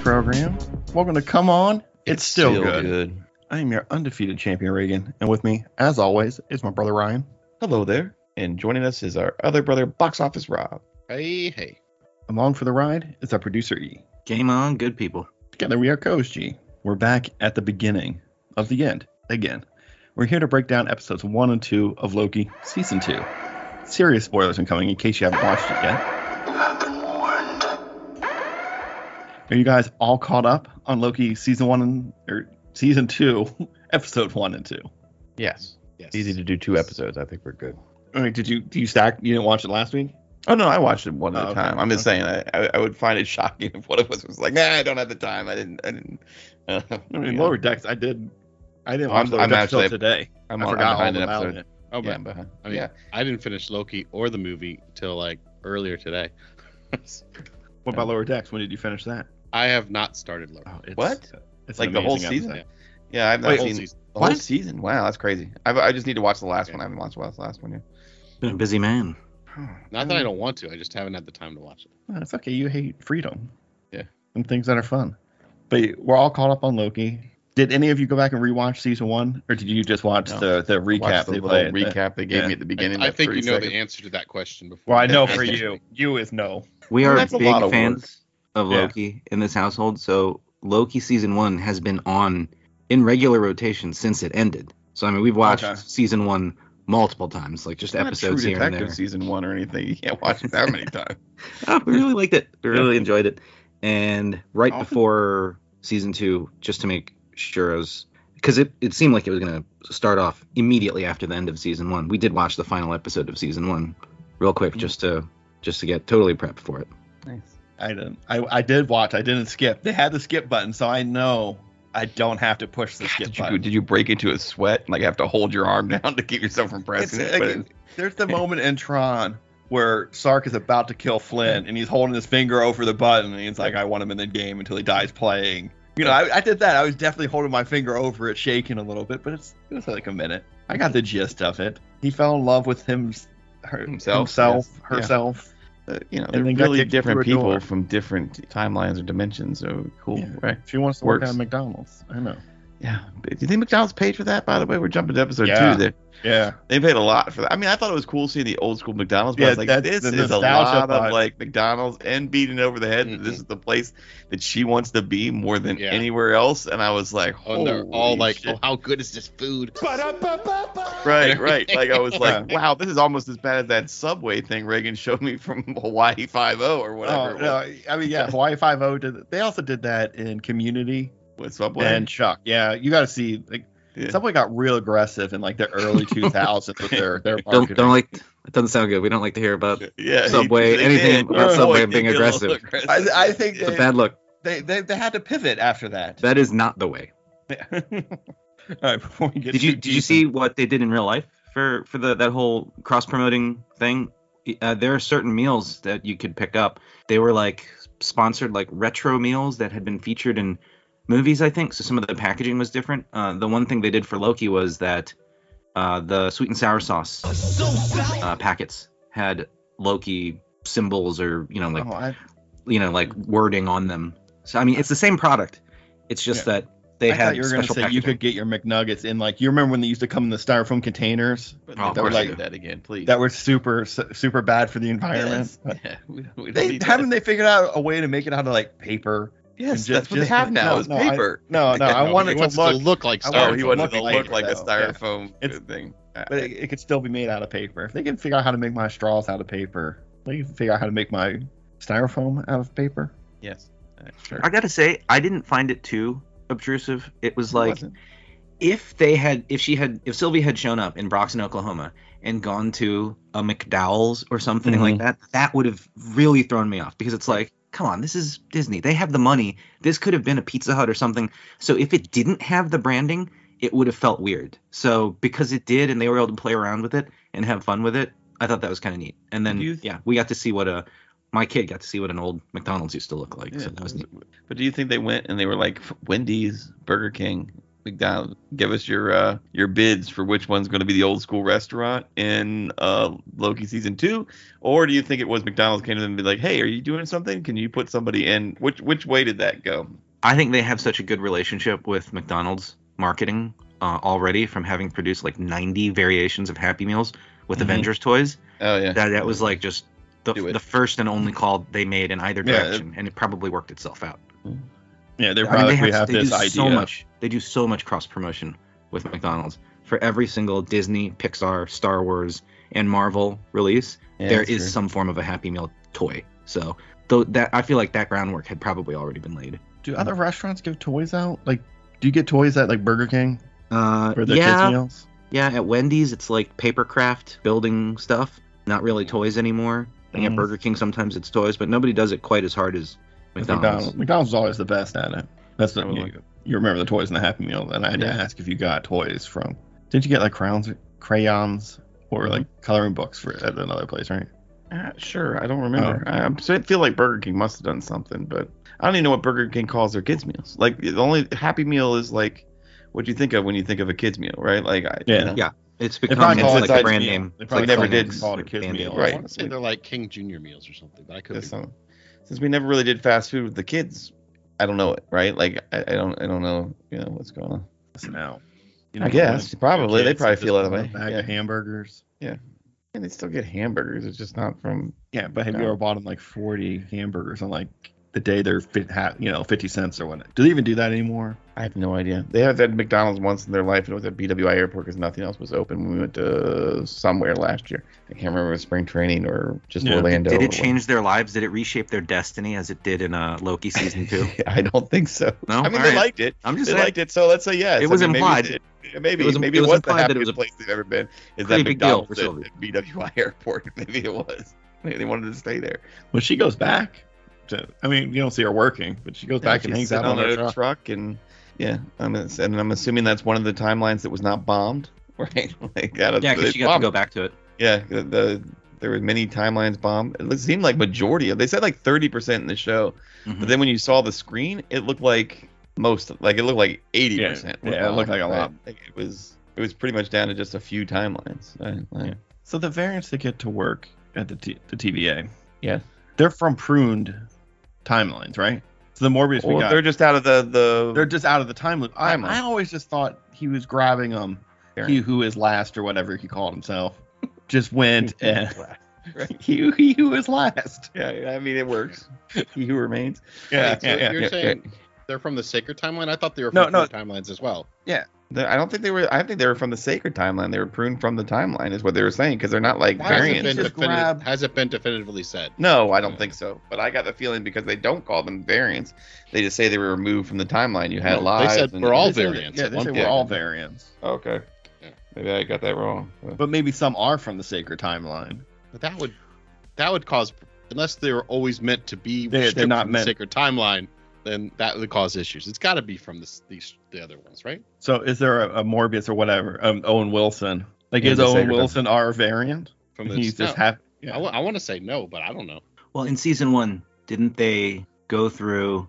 program. Welcome to Come On, It's, Still, good. good. I am your undefeated champion, Reagan. And with me, as always, is my brother Ryan. Hello there. And joining us is our other brother, Box Office Rob. Hey, hey. Along for the ride is our producer, E. Game on, good people. Together we are Coach G. We're back at the beginning of the end again. We're here to break down episodes one and two of Loki season two. Serious spoilers incoming in case you haven't watched it yet. Are you guys all caught up on Loki season one and or season two, episode one and two? Yes. Yes. Easy to do two episodes. I think we're good. All right, did you do you stack? You didn't watch it last week? Oh, no, I watched it one Oh, at a okay. time. I'm just saying, I, I, I would find it shocking if one of us was like, nah, I don't have the time. I didn't. I didn't. Uh, I mean, yeah. Lower Decks. I did. I didn't I'm- watch Lower I'm Decks till actually- today. I'm, i on- I'm forgot behind all an about episode. it. Oh, Yeah, man. I'm behind. I mean, yeah. I didn't finish Loki or the movie till like earlier today. What about Lower Decks? When did you finish that? I have not started Loki. Oh, it's, What? It's Like an the whole amazing season? episode. Yeah, I've not Wait, Whole seen season. the whole What? season. Wow, that's crazy. I've, I just need to watch the last Yeah. one. I haven't watched the last one yet. Been a busy man. Not Mm. that I don't want to. I just haven't had the time to watch it. No, it's okay. You hate freedom. Yeah. And things that are fun. But we're all caught up on Loki. Did any of you go back and rewatch season one, or did you just watch No. the the recap? Watched the they little played? recap they gave Yeah. me at the beginning. I, I that think 30 you know seconds. the answer to that question before. Well, I know for you, you is no. We Well, are that's a big lot of fans of Yeah. Loki in this household, so Loki season one has been on in regular rotation since it ended. So I mean, we've watched Okay. season one multiple times, like just It's not episodes True here and Detective there. season one or anything. You can't watch it that many times. Oh, we really liked it. We really enjoyed it. And right Often- before season two, just to make sure I was, because it, it seemed like it was going to start off immediately after the end of season one. We did watch the final episode of season one real quick Mhm. just to just to get totally prepped for it. Nice. I didn't. I, I did watch. I didn't skip. They had the skip button, so I know I don't have to push the skip Did button. you, did you break into a sweat? and, Like have to hold your arm down to keep yourself from pressing It's- it. But like, it- There's the moment in Tron where Sark is about to kill Flynn, and he's holding his finger over the button, and he's like, "I want him in the game until he dies playing." You know, I, I did that. I was definitely holding my finger over it, shaking a little bit, but it's it was like a minute. I got the gist of it. He fell in love with him, her, Himself, himself, yes. Yeah. herself. uh, you know, And they're then got really kicked through different a door. people from different timelines or dimensions. So cool, Yeah. right? She wants to work Works. at McDonald's. I know. Yeah. But Do you think McDonald's paid for that? By the way, we're jumping to episode Yeah. two. There, Yeah. they paid a lot for that. I mean, I thought it was cool seeing the old school McDonald's, but Yeah, I was like, that's this the is a nostalgia lot part. of like McDonald's and beating over the head. that This Mhm. is the place that she wants to be more than Yeah. anywhere else. And I was like, Oh, and Holy they're all like, shit. "Oh, how good is this food?" Right, right. Like I was like, Yeah. wow, this is almost as bad as that subway thing Reagan showed me from Hawaii Five O or whatever. Oh, it no, was. I- I mean, yeah, Hawaii Five O did. They also did that in Community With subway. and Chuck. Yeah, you got to see like Yeah. Subway got real aggressive in like the early 2000s with their their Don't marketing. don't like that doesn't sound good. We don't like to hear about the Yeah, he- Subway, they anything did. about Oh, Subway boy, being they did a little aggressive. aggressive. I- I think Yeah. they- bad look. they, they they had to pivot after that. That is not the way. All right, before we get Did you too did you deep see what they did in real life for for the that whole cross promoting thing? Uh, there are certain meals that you could pick up. They were like sponsored like retro meals that had been featured in movies, I think. So some of the packaging was different. Uh, the one thing they did for Loki was that uh, the sweet and sour sauce uh, packets had Loki symbols or you know in- like oh, I, you know like wording on them. So I mean it's the same product. It's just that they I had thought you were going to special say packaging. you could get your McNuggets in like you remember when they used to come in the styrofoam containers But Oh, no, of don't course like they do. that again, please. that were super su- super bad for the environment. Yes. Yeah, we, we don't They need haven't that. they figured out a way to make it out of like paper. Yes, just- that's what just- they have now no, is no, I- paper. No, no, Yeah, I no, wanted He it wants to it look to look like I oh, wanted Star. he to wanted look to like look it, like a though. Yeah. styrofoam It's- thing. Uh, but it, it could still be made out of paper. If they can figure out how to make my straws out of paper, they can figure out how to make my styrofoam out of paper. yes, Uh, sure. I gotta say, I didn't find it too obtrusive. It was It like wasn't. if they had, if she had, if Sylvie had shown up in Broxton, Oklahoma, and gone to a McDowell's or something Mm-hmm. like that, that would have really thrown me off because it's like, come on, this is Disney. They have the money. This could have been a Pizza Hut or something. So if it didn't have the branding, it would have felt weird. So because it did, and they were able to play around with it and have fun with it, I thought that was kind of neat. And then Do you th- yeah, we got to see what a my kid got to see what an old McDonald's used to look like. Yeah, so that was neat. But do you think they went and they were like Wendy's, Burger King, McDonald's, give us your uh, your bids for which one's going to be the old school restaurant in uh, Loki season two, or do you think it was McDonald's came to them and be like, hey, are you doing something? Can you put somebody in? Which which way did that go? I think they have such a good relationship with McDonald's marketing uh, already from having produced like 90 variations of Happy Meals with Mhm. Avengers toys. Oh yeah, That that was like just the, Do it. the first and only call they made in either Yeah, direction, and it probably worked itself out. Yeah, they're I mean, probably they we have they this do idea. so much. They do so much cross promotion with McDonald's for every single Disney, Pixar, Star Wars, and Marvel release. Yeah, there that's is true. some form of a Happy Meal toy. So though that I feel like that groundwork had probably already been laid. Do other restaurants give toys out? Like, do you get toys at like Burger King Uh, for their kids yeah, meals? yeah. At Wendy's, it's like paper craft building stuff, not really toys anymore. I think Mm. at Burger King, sometimes it's toys, but nobody does it quite as hard as With McDonald's. McDonald's. McDonald's is always the best at it. That's the Probably. you, you remember the toys and the Happy Meal, and I had to Yeah. ask if you got toys from. Didn't you get like crayons, crayons, or like Mm-hmm. coloring books for at another place, right? Uh, sure, I don't remember. Oh. I, I'm- so I feel like Burger King must have done something, but I don't even know what Burger King calls their kids meals. Like the only Happy Meal is like what you think of when you think of a kids meal, right? Like I, Yeah. you know, Yeah. It's probably become almost call it like kids a brand meal. name. They It's probably like never calling did it call it a kids Band-Aid. meal. I Right. want to say they're like King Junior meals or something, but I could that's be. something. Since we never really did fast food with the kids, I don't know it, right? Like I, I don't, I don't know, you know what's going on. Listen now. You I guess probably they kids probably just feel that want a way. Bag Yeah. of hamburgers. And they still get hamburgers. It's just not from. Yeah, but have you Yeah. ever bought them like 40 hamburgers on like the day they're fit, ha- you know 50 cents or what? Do they even do that anymore? I have no idea. They have had McDonald's once in their life, and it was at BWI Airport because nothing else was open when we went to somewhere last year. I can't remember if it was spring training or just Yeah. Orlando. Did or it what. change their lives? Did it reshape their destiny as it did in uh, Loki season two? I don't think so. No? I mean All they right. liked it. I'm just They saying, liked it, so let's say yes. I It was mean, maybe implied. it- Maybe It was- maybe it it was was, the implied that it happiest was a place they've ever been. Is pretty that big deal for McDonald's at, Sylvia. at BWI Airport? Maybe it was. Maybe they wanted to stay there. Well, she goes back. To, I mean, you don't see her working, but she goes back and hangs She's sitting out on her a truck. and yeah, I'm ass- and I'm assuming that's one of the timelines that was not bombed, right? like out of yeah, they because you got to bombed go back to it. Yeah, the, the there were many timelines bombed. It seemed like majority of they said like thirty percent in the show, but Mm-hmm. Mhm. then when you saw the screen, it looked like most, like it looked like eighty percent. Yeah, yeah, it looked like a lot. Like it was it was pretty much down to just a few timelines. I, I- Yeah. So the variants that get to work at the, T- the TVA, Yeah. they're from pruned timelines, right? So the Morbius we Or got, they're they're, just out of the the. just out of the time loop. I, Timeline. I always just thought he was grabbing them. Variant. He who is last, or whatever he called himself, just went and Right. he, he who is last. yeah, I mean it works. he who remains. Yeah, Wait, so yeah, yeah. You're yeah, saying they're from the sacred timeline? I thought they were No, from no. other timelines as well. The- I don't think they were. I think they were from the sacred timeline. They were pruned from the timeline, is what they were saying, because they're not like Why is it Hasn't variants. been, Just defini- grab- hasn't been definitively said. No, I don't think so. But I got the feeling because they don't call them variants, they just say they were removed from the timeline. You had No, they lives. said and- we're all- They say that- variants Yeah, at they one say point. we're all variants, Okay. Yeah. Maybe I got that wrong. but maybe some are from the sacred timeline. But that would that would cause unless they were always meant to be They- they're stripped not from meant- the sacred timeline, then that would cause issues. It's got to be from this, these the other ones, right? So is there a, a Morbius or whatever? Um, Owen Wilson. Like Yeah, is the Owen sacred- Wilson our variant? From He's no, just hap- I, want to say no, but I don't know. Well, in season one, didn't they go through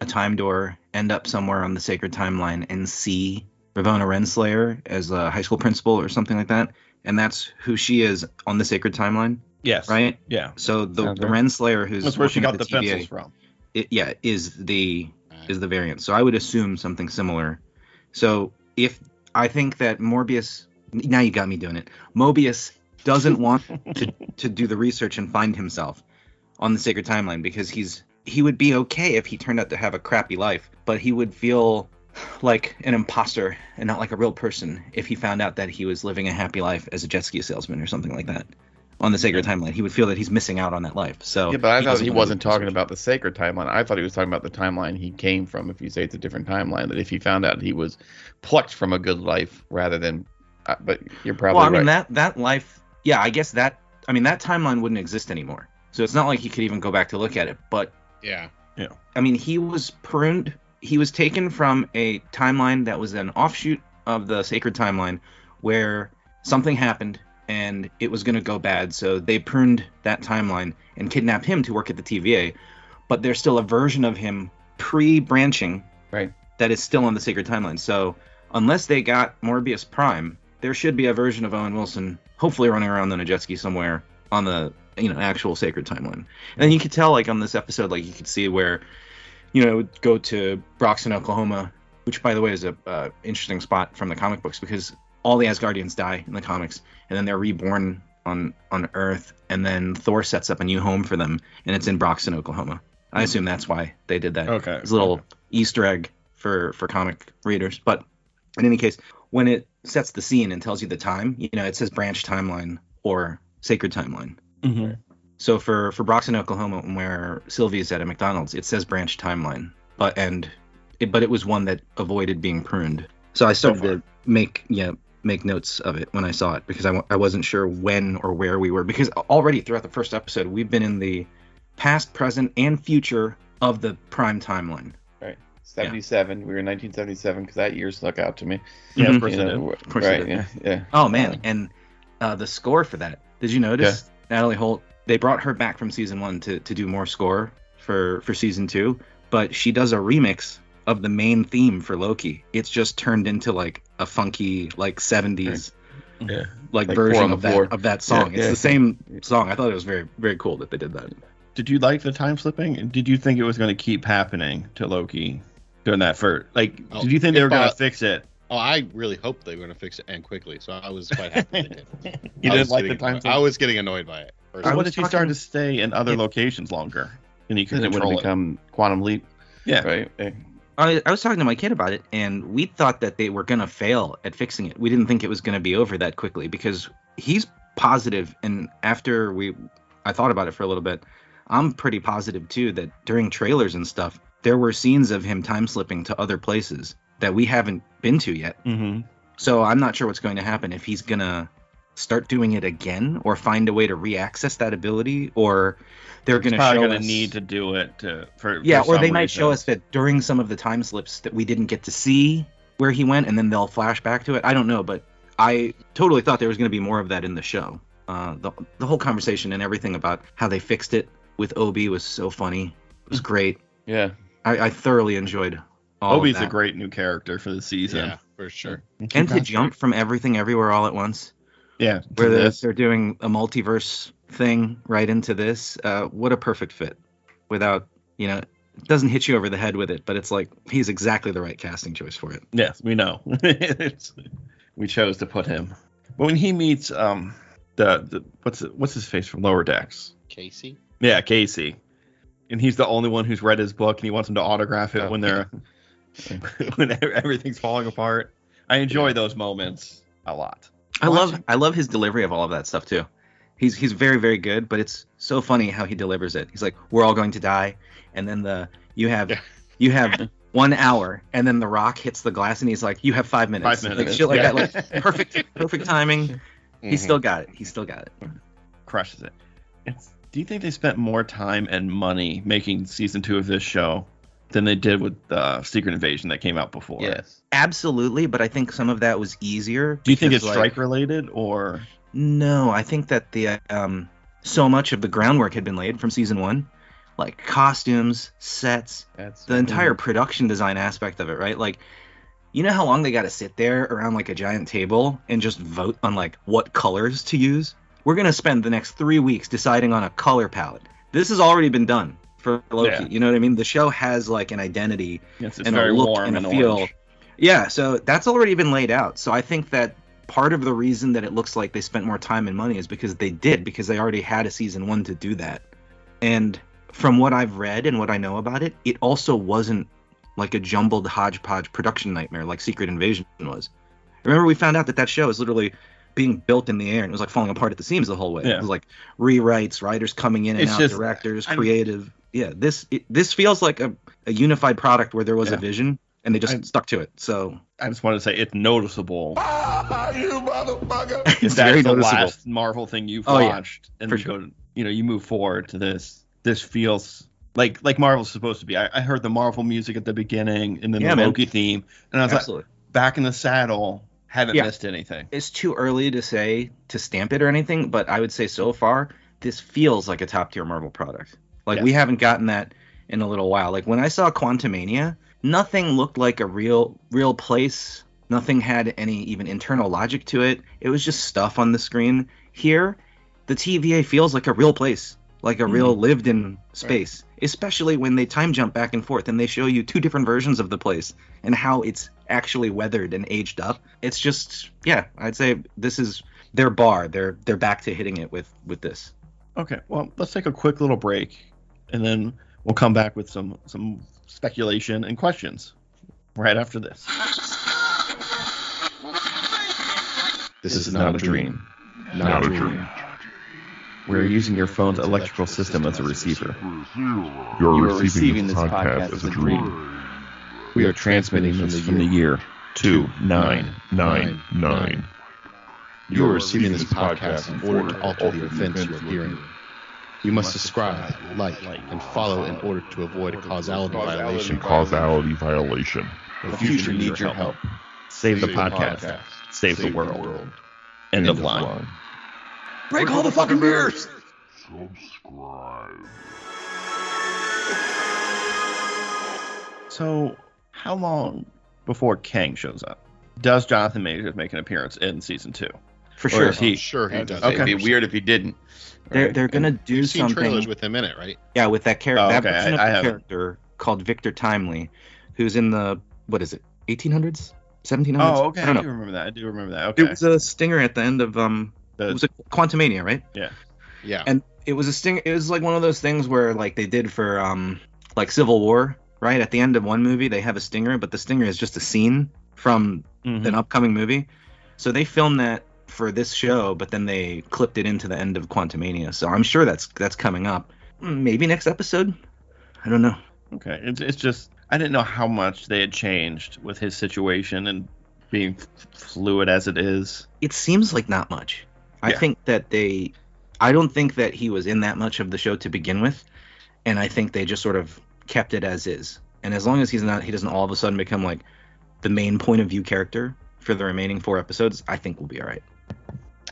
a time door, end up somewhere on the sacred timeline, and see Ravona Renslayer as a high school principal or something like that? And that's who she is on the sacred timeline, Yes. right? Yeah. So the, Sounds the right. Renslayer who's That's where she working at got the, TVA, pencils from. it, yeah, is the Uh, is the variant. So I would assume something similar. So if I think that Morbius, now you got me doing it. Mobius doesn't want to to do the research and find himself on the sacred timeline because he's he would be okay if he turned out to have a crappy life, but he would feel like an imposter and not like a real person if he found out that he was living a happy life as a jet ski salesman or something like that on the sacred timeline. He would feel that he's missing out on that life. So Yeah, but I thought doesn't he wanna do wasn't the research. talking about the sacred timeline. I thought he was talking about the timeline he came from. If you say it's a different timeline, that if he found out he was plucked from a good life rather than, uh, but you're probably well, I mean right. that that life. Yeah, I guess that. I mean that timeline wouldn't exist anymore. So it's not like he could even go back to look at it. But yeah, I mean, he was pruned. He was taken from a timeline that was an offshoot of the sacred timeline, where something happened and it was going to go bad. So they pruned that timeline and kidnapped him to work at the TVA. But there's still a version of him pre-branching Right. that is still on the sacred timeline. So unless they got Morbius Prime, there should be a version of Owen Wilson, hopefully running around on a jet ski somewhere on the you know actual sacred timeline. And you could tell like on this episode, like you could see where, you know, it would go to Broxton, Oklahoma, which by the way is a uh, interesting spot from the comic books because all the Asgardians die in the comics, and then they're reborn on on Earth, and then Thor sets up a new home for them, and it's in Broxton, Oklahoma. I assume that's why they did that. Okay. It's a little Easter egg for for comic readers. But in any case, when it sets the scene and tells you the time, you know, it says branch timeline or sacred timeline. Mhm. So for for Broxton, Oklahoma, where Sylvia's at a McDonald's, it says branch timeline, but and it, but it was one that avoided being pruned. So I started to make yeah make notes of it when I saw it because I w- I wasn't sure when or where we were because already throughout the first episode we've been in the past, present, and future of the prime timeline. 77. We were in 1977 because that year stuck out to me. Yeah, Mhm. of course You it know, did. wh- Of course it right. did. Mm-hmm. Yeah. Yeah. Oh man, and uh, the score for that. Did you notice Natalie Holt? They brought her back from season one to, to do more score for for season two, but she does a remix of the main theme for Loki. It's just turned into like a funky like seventies Yeah. like, Like four on version the of floor. that of that song. Yeah, it's yeah. the same song. I thought it was very very cool that they did that. Did you like the time slipping? And Did you think it was going to keep happening to Loki during that first? Like, Oh, did you think they it were going to thought- fix it? Oh, I really hoped they were going to fix it and quickly. So I was quite happy they did. You I didn't was like the getting time annoyed- I slipping. was getting annoyed by it. So I what was if she started talking- to stay in other Yeah. locations longer? And you could Then it would have control it. become Quantum Leap. Yeah. Right. Eh, Yeah. I, I was talking to my kid about it, and we thought that they were going to fail at fixing it. We didn't think it was going to be over that quickly because he's positive, and after we, I thought about it for a little bit. I'm pretty positive too that during trailers and stuff, there were scenes of him time slipping to other places that we haven't been to yet. Mm-hmm. So I'm not sure what's going to happen if he's gonna start doing it again, or find a way to re-access that ability, or they're gonna show Probably going us- to need to do it to, for yeah, for or some they might reason. show us that during some of the time slips that we didn't get to see where he went, and then they'll flash back to it. I don't know, but I totally thought there was going to be more of that in the show. Uh, the the whole conversation and everything about how they fixed it with Obi was so funny. It Hmm. was great. Yeah. I, I thoroughly enjoyed. All of Obi's that. a great new character for the season. Yeah, for sure. Mm. and to jump from everything everywhere all at once. Yeah, where to they're, this. they're doing a multiverse thing right into this. Uh, what a perfect fit. Without, you know, it doesn't hit you over the head with it, but it's like he's exactly the right casting choice for it. Yes, we know. It's- we chose to put him. But when he meets um the, the what's what's his face from Lower Decks? Casey? Yeah, Casey. And he's the only one who's read his book, and he wants him to autograph it Oh. when they're when e-, everything's falling apart. I enjoy those moments a lot. I love Watching- I love his delivery of all of that stuff too. He's he's very very good, but it's so funny how he delivers it. He's like, "We're all going to die," and then the you have Yeah. you have one hour, and then the rock hits the glass, and he's like, "You have five minutes." Five Like minutes, shit like yeah. that, like perfect perfect timing. He Mhm. still got it. He still got it. Crushes it. It's, do you think they spent more time and money making season two of this show than they did with uh, Secret Invasion that came out before? Yes. Absolutely, but I think some of that was easier. Do you think because, it's like, strike related or? No, I think that the um so much of the groundwork had been laid from season one, like costumes, sets, That's the entire production design aspect of it, right? Like, you know how long they got to sit there around like a giant table and just vote on like what colors to use? We're gonna spend the next three weeks deciding on a color palette. This has already been done for Loki. Yeah. You know what I mean? The show has like an identity Yes, and a look and a feel. Yeah, so that's already been laid out. So I think that part of the reason that it looks like they spent more time and money is because they did, because they already had a season one to do that. And from what I've read and what I know about it, it also wasn't like a jumbled hodgepodge production nightmare like Secret Invasion was. Remember, we found out that that show is literally being built in the air and it was like falling apart at the seams the whole way. Yeah. It was like rewrites, writers coming in and It's out, just- directors, I'm- creative. Yeah, this it, this feels like a, a unified product where there was Yeah. a vision and they just I- stuck to it. So I just want to say it's noticeable. Ah, it's that's very the noticeable. last Marvel thing you've Oh, yeah. watched, and For you go- you know you move forward to this. This feels like like Marvel's supposed to be. I, I heard the Marvel music at the beginning, and then Yeah, the man. Loki theme, and I was Absolutely. like, back in the saddle. Haven't Yeah. missed anything. It's too early to say to stamp it or anything, but I would say so far this feels like a top tier Marvel product. Like we haven't gotten that in a little while. Like when I saw Quantumania, nothing looked like a real real place Nothing had any even internal logic to it. It was just stuff on the screen. Here, the TVA feels like a real place, like a real lived in space, especially when they time jump back and forth and they show you two different versions of the place and how it's actually weathered and aged up. It's just, yeah, I'd say this is their bar. They're they're back to hitting it with with this. Okay, well, let's take a quick little break, and then we'll come back with some some speculation and questions right after this. This, is, not, a dream. Not, a dream. We are using your phone's electrical system as a receiver. You are receiving this podcast as a dream. We are transmitting this from the year two nine. Nine, nine. You are receiving this podcast in order to alter the events you are hearing. You must subscribe, like, and follow in order to avoid a causality violation. Causality violation. The future needs your help. Save the podcast. Save the world. End of line. Break all the fucking mirrors. Subscribe. So, how long before Kang shows up does Jonathan Majors make an appearance in season two? For Or sure. is he- I'm sure he does. Okay. It'd be weird if he didn't. They're they're gonna do You've seen something. trailers with him in it, right? Yeah, with that character, Oh, that okay, version I- of I the haven't. character called Victor Timely, who's in the what is it, 1800s, 1700s? Oh, okay. I I, don't do know. remember that. I do remember that. It Okay. was a stinger at the end of um, The- it was a Quantumania, right? Yeah. And it was a sting. It was like one of those things where like they did for um, like Civil War, right? At the end of one movie, they have a stinger, but the stinger is just a scene from mhm. an upcoming movie. So they filmed that for this show, but then they clipped it into the end of Quantumania. So I'm sure that's that's coming up. Maybe next episode. I don't know. Okay. It's, it's just, I didn't know how much they had changed with his situation and being f- fluid as it is. It seems like not much. I Yeah. think that they I don't think that he was in that much of the show to begin with, and I think they just sort of kept it as is. And as long as he's not he doesn't all of a sudden become like the main point of view character for the remaining four episodes, I think we'll be all right.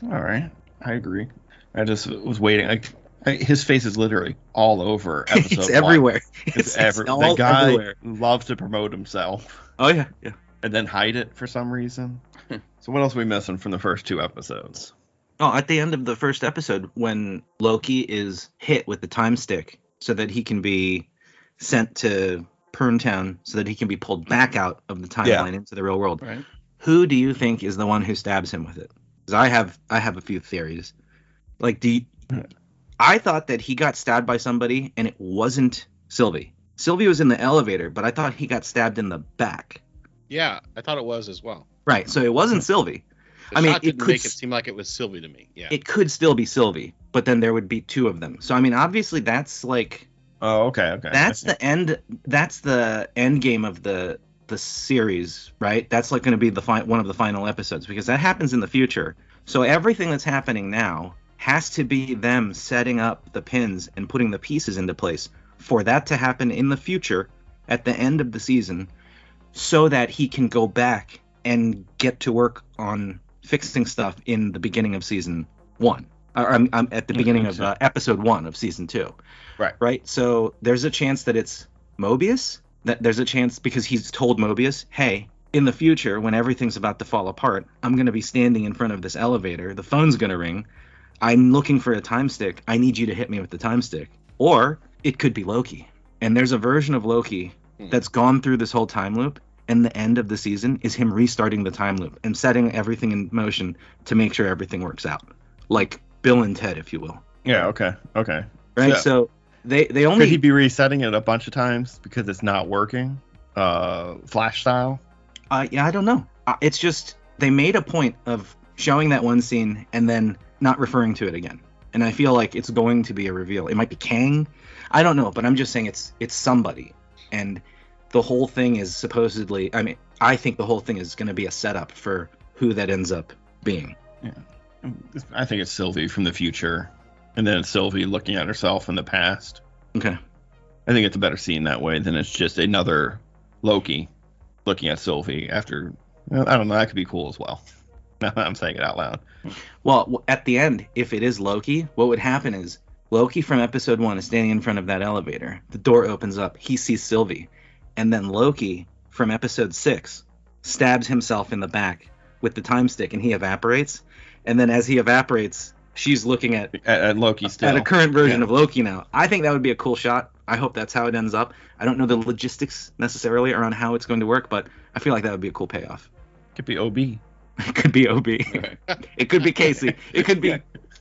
All right. I agree. I just was waiting. Like, I, his face is literally all over episode it's one. everywhere. It's, every, the guy loves to promote himself. Oh yeah, yeah. and then hide it for some reason. so what else are we missing from the first two episodes? Oh, at the end of the first episode, when Loki is hit with the time stick so that he can be sent to Permtown so that he can be pulled back out of the timeline Yeah. into the real world. Right. Who do you think is the one who stabs him with it? Because I have I have a few theories. Like do you, I thought that he got stabbed by somebody and it wasn't Sylvie. Sylvie was in the elevator, but I thought he got stabbed in the back. Yeah, I thought it was as well. Right. So it wasn't Sylvie. The I mean, shot it didn't could make it s- seem like it was Sylvie to me. Yeah. it could still be Sylvie, but then there would be two of them. So I mean, obviously that's like Oh, okay, okay. that's the end. That's the end game of the the series, right? That's like going to be the fi- one of the final episodes because that happens in the future. So everything that's happening now has to be them setting up the pins and putting the pieces into place for that to happen in the future at the end of the season so that he can go back and get to work on fixing stuff in the beginning of season 1 or I'm, I'm at the Yeah, beginning makes of sense. uh, episode 1 of season 2 Right. right so there's a chance that it's Mobius that there's a chance because he's told Mobius hey in the future when everything's about to fall apart I'm going to be standing in front of this elevator the phone's going to ring I'm looking for a time stick. I need you to hit me with the time stick. Or it could be Loki. And there's a version of Loki Hmm. that's gone through this whole time loop, and the end of the season is him restarting the time loop and setting everything in motion to make sure everything works out. Like Bill and Ted, if you will. yeah, okay, okay. Right? Yeah. So they, they only Could he be resetting it a bunch of times because it's not working? Uh, flash style. Uh, yeah, I don't know. Uh, it's just they made a point of showing that one scene and then not referring to it again. And I feel like it's going to be a reveal. It might be Kang. I don't know, but I'm just saying it's it's somebody. And the whole thing is supposedly. I mean, I think the whole thing is going to be a setup for who that ends up being. I think it's Sylvie from the future, and then it's Sylvie looking at herself in the past. Okay. I think it's a better scene that way than it's just another Loki looking at Sylvie after. well, I don't know. That could be cool as well. Now that I'm saying it out loud. Well, w- at the end, if it is Loki, what would happen is Loki from episode one is standing in front of that elevator. The door opens up. He sees Sylvie. And then Loki from episode six stabs himself in the back with the time stick, and he evaporates. And then as he evaporates, she's looking at At, at Loki still. at a current version of Loki now. I think that would be a cool shot. I hope that's how it ends up. I don't know the logistics necessarily around how it's going to work, but I feel like that would be a cool payoff. Could be OB. It could be OB. it could be Casey. It could be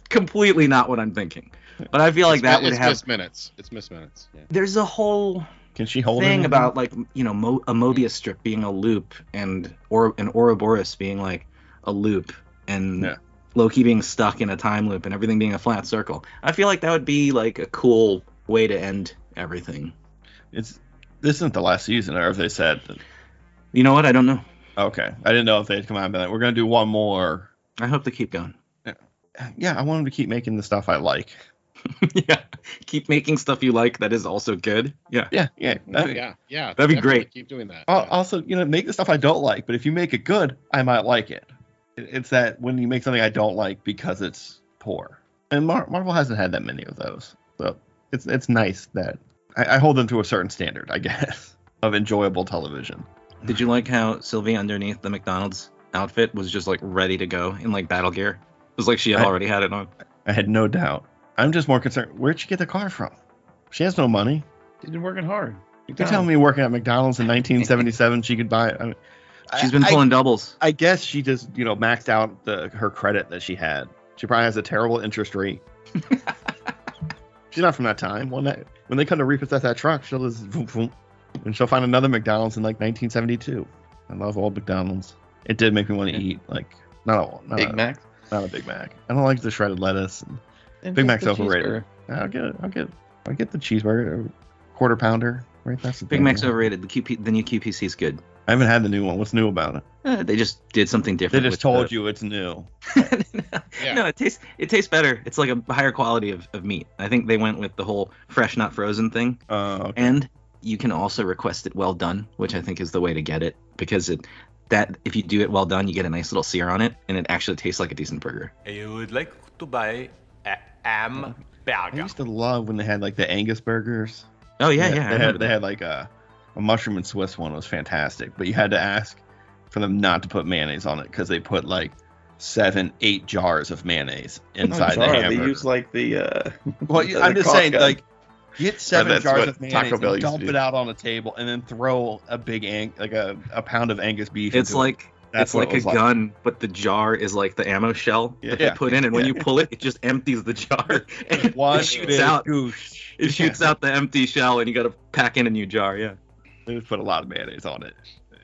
completely not what I'm thinking. But I feel like It's that mi- would it's have. missed minutes. It's missed minutes. Yeah. There's a whole Can she hold thing him? about like you know Mo- a Mobius strip being a loop and or an Ouroboros being like a loop and Yeah. Loki being stuck in a time loop and everything being a flat circle. I feel like that would be like a cool way to end everything. It's this isn't the last season, or if they said You know what? I don't know. okay. I didn't know if they'd come out and be like, we're gonna do one more. I hope they keep going. Yeah, I want them to keep making the stuff I like. yeah, keep making stuff you like that is also good. Yeah, Yeah, yeah. that- yeah, yeah. That'd be definitely great. Keep doing that. al- Also, you know, make the stuff I don't like, but if you make it good, I might like it. It- It's that when you make something I don't like because it's poor, and Mar- Marvel hasn't had that many of those, so it's it's nice that I, I hold them to a certain standard, I guess, of enjoyable television. Did you like how Sylvie underneath the McDonald's outfit was just like ready to go in like battle gear? It was like she I- already had it on. I had no doubt. I'm just more concerned. Where'd she get the car from? She has no money. She's been working hard. You're telling me working at McDonald's in 1977 she could buy it? I mean, She's been I- pulling doubles. I guess she just you know maxed out the her credit that she had. She probably has a terrible interest rate. She's not from that time. When that when they come to repossess that truck, she'll just vroom, vroom, and she'll find another McDonald's in like 1972. I love old McDonald's. It did make me want to eat like not a not, Big a, Mac. not a Big Mac. I don't like the shredded lettuce. And Big Mac's overrated. I'll get I'll get I'll get the cheeseburger, quarter pounder. Right, that's the Big thing. Mac's overrated. The QP, the new QPC is good. I haven't had the new one. What's new about it? Uh, they just did something They different. just told you it's new. you. Yeah. No, it tastes it tastes better. It's like a higher quality of, of meat. I think they went with the whole fresh, not frozen thing, Uh, okay. and you can also request it well done, which I think is the way to get it because it that if you do it well done, you get a nice little sear on it, and it actually tastes like a decent burger. You would like to buy a am I burger. used to love when they had like the Angus burgers. Oh yeah, yeah. I They remember had, they that. had like a, a mushroom and Swiss one was fantastic, but you had to ask for them not to put mayonnaise on it because they put like seven, eight jars of mayonnaise Oh, inside the hamburger. They use like, the. uh, well, the- you- I'm the just caulk saying, gun. like, get seven that's jars what of Taco mayonnaise, Bell and used to dump do. it out on a table, and then throw a big ang- like a, a pound of Angus beef. It's into it. like That's it's what like it a was gun, but the jar is like the ammo shell that Yeah. they put in, and when Yeah. you pull it, it just empties the jar and it One shoots big out. Goosh. It shoots out the empty shell, and you got to pack in a new jar. Yeah. They just put a lot of mayonnaise on it.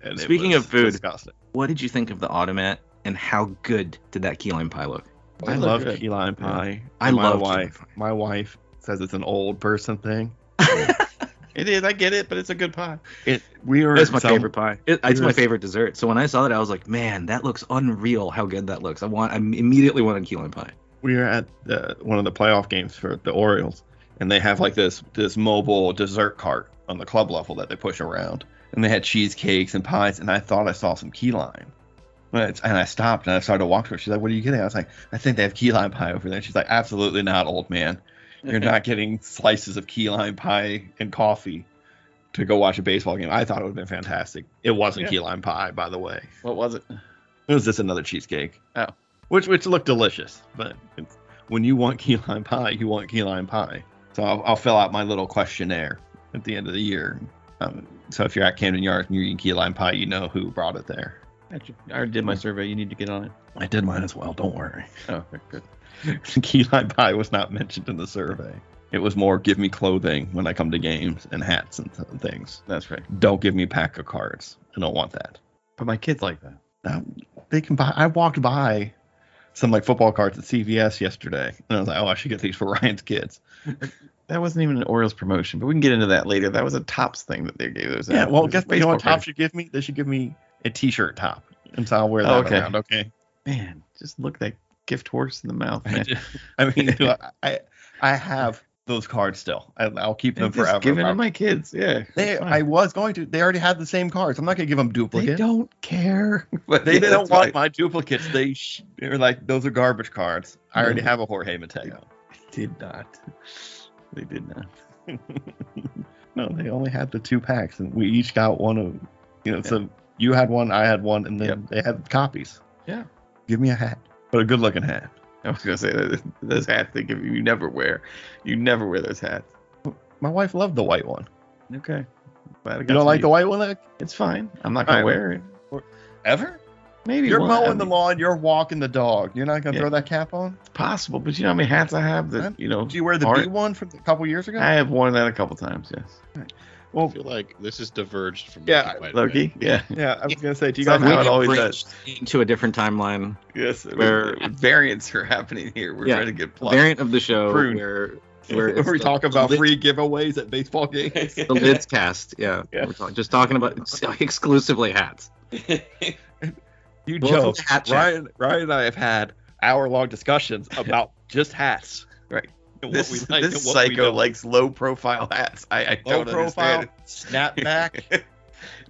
and it Speaking was of food. disgusting. What did you think of the automat, and how good did that key lime pie look? I love key lime pie. I My love key lime wife. My wife says it's an old person thing. It is. I get it, but it's a good pie. It we were That's my some- favorite pie. It- Yours. it's my favorite dessert. So when I saw that, I was like, "Man, that looks unreal! How good that looks! I want. I immediately wanted key lime pie." We were at the, one of the playoff games for the Orioles, and they have like this this mobile dessert cart on the club level that they push around, and they had cheesecakes and pies, and I thought I saw some key lime. And it's- and I stopped and I started to walk to her. She's like, "What are you getting?" I was like, "I think they have key lime pie over there." She's like, "Absolutely not, old man. You're not getting slices of key lime pie and coffee to go watch a baseball game." I thought it would have been fantastic. It wasn't Yeah. key lime pie, by the way. What was it? It was just another cheesecake. Oh. Which which looked delicious, but it's, when you want key lime pie, you want key lime pie. So I'll, I'll fill out my little questionnaire at the end of the year. Um, so if you're at Camden Yards and you're eating key lime pie, you know who brought it there. Actually, I already did my survey. You need to get on it. I did mine as well. Don't worry. Oh, okay, good. key lime pie was not mentioned in the survey. It was more give me clothing when I come to games and hats and th- things. That's right. Don't give me pack of cards. I don't want that. But my kids like that. um, they can buy. I walked by some like football cards at CVS yesterday, and I was like, oh, I should get these for Ryan's kids. That wasn't even an Orioles promotion, but we can get into that later. That was a Tops thing that they gave those. yeah, out. It well, was guess you know baseball what top cards. should give me? They should give me a T-shirt top, and so I'll wear that Oh, okay. around. Okay. Man, just look that gift horse in the mouth, I man. ju- I mean, you know, I I have those cards still. I, I'll keep them I'm forever. just giving Rob. them my kids. Yeah, they, it's fine. I was going to. They already had the same cards. I'm not gonna give them they duplicates. don't care. But They yeah, didn't that's want why my duplicates. They, sh- they were like, those are garbage cards. I Mm. already have a Jorge Mateo. They did not. They did not. No, they only had the two packs, and we each got one of. You know, so You had one, I had one, and then Yep. they had copies. Yeah. Give me a hat, but a good looking hat. I was gonna say that those hats they give you, you never wear. You never wear those hats. My wife loved the white one. Okay. Glad I You got don't to like the meet white one like, you. It's fine. I'm not gonna Alright. wear it. ever? Maybe You're one- I mowing the mean, lawn. You're walking the dog. You're not gonna Yeah. throw that cap on. It's possible, but you know how many hats I have that you know. Do you wear the Aren't- bee one from a couple years ago? I have worn that a couple times. Yes. I feel like this is diverged from Yeah, Loki, by the way. Loki. Yeah. yeah, I was gonna say. Do you Somehow guys That's how have it it all? always branched into a different timeline Yes. Where- Where variants are happening here. We're Yeah. trying to get plot. variant of the show Prune. where where Where it's we the- talk the about lit- free giveaways at baseball games. the lids cast. Yeah, Yeah. We're talk- just talking about it's exclusively hats. You Welcome joke. to Hat Chat. Ryan, Ryan and I have had hour long discussions about just hats. Right. And This, what we like this and what we psycho don't. likes low profile hats. I, I low don't profile, understand. snapback.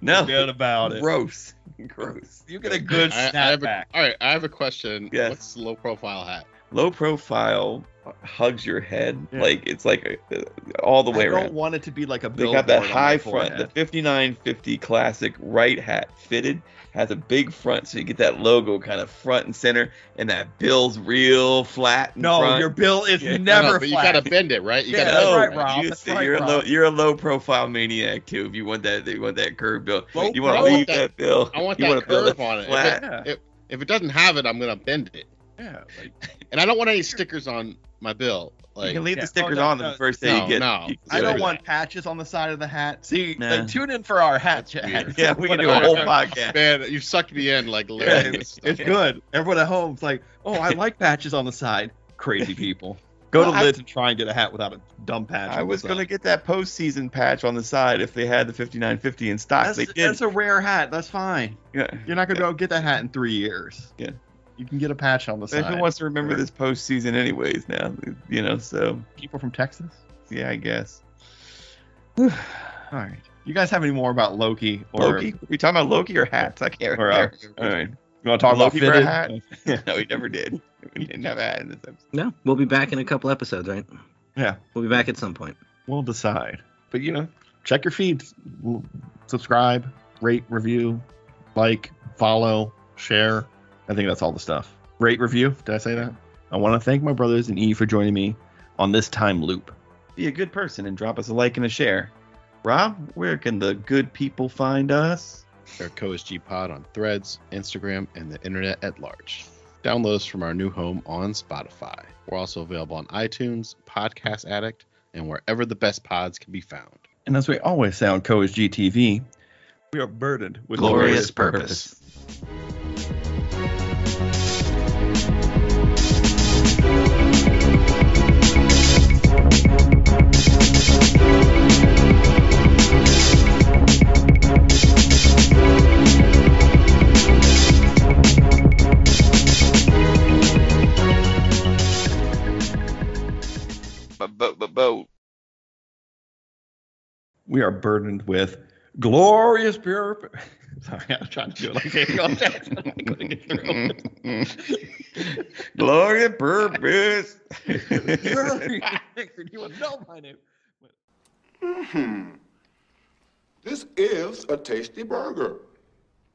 no. Forget about it. Gross. Gross. You get a good Good I, I have a, snapback. all right, I have a question. Yes. What's low profile hat? low profile hugs your head Yeah. like it's like a, all the way I don't around. want it to be like a They billboard. got that on high my front. The forehead. 5950 classic right hat fitted has a big front, so you get that logo kind of front and center, and that bill's real flat. In No, front. your bill is No, Yeah. no, never but you flat. gotta bend it, right? You Yeah, gotta that's no, bend it, right, you Rob. that's see, right, you're a Rob. low, you're a low profile maniac too. If you want that, you want that curve bill. Low you want to pro- leave I that, bill. I want you that wanna build curve on it. If, it. flat. Yeah, if it doesn't have it, I'm gonna bend it. yeah. Like, And I don't want any stickers on my bill. you Like can leave Yeah. the stickers Oh, no, on the no, first day no, you get. no. you- I don't Yeah. want patches on the side of the hat. See, Nah. like, tune in for our hat That's chat. weird. Yeah, we can do a Whatever. whole podcast. man, you sucked me in like Yeah, literally. it's- It's good. Everyone at home's like, oh, I like patches on the side. Crazy people. Go Well, to I- Lids and try and get a hat without a dumb patch. I on the was side. gonna get that postseason patch on the side if they had the 5950 in stock. That's, they that's did. a rare hat. That's fine. Yeah. You're not gonna go get that hat in three years. Yeah. You can get a patch on the side. Everyone wants to remember this postseason, anyways. Now, you know. So people from Texas. yeah, I guess. All right. You guys have any more about Loki or Loki? we talking about Loki or hats? I can't Or, remember. uh, All right. you want to talk Loki about for a fitted? hat? no, we never did. We didn't have a hat in this episode. No, we'll be back in a couple episodes, right? Yeah. we'll be back at some point. We'll decide. But you know, check your feeds. L- Subscribe, rate, review, like, follow, share. I think that's all the stuff. Rate, review. Did I say that? I want to thank my brothers and E for joining me on this time loop. Be a good person and drop us a like and a share. Rob, where can the good people find us? Our CoSG pod on threads, Instagram, and the internet at large. Download us from our new home on Spotify. We're also available on iTunes, Podcast Addict, and wherever the best pods can be found. And as we always say on Co is GTV, we are burdened with Glorious purpose. Bo-bo-bo-bo. We are burdened with glorious pure. Sorry, I was trying to do it like Daniel Jackson. I couldn't get through. Glory and purpose. you would know my name. This is a tasty burger.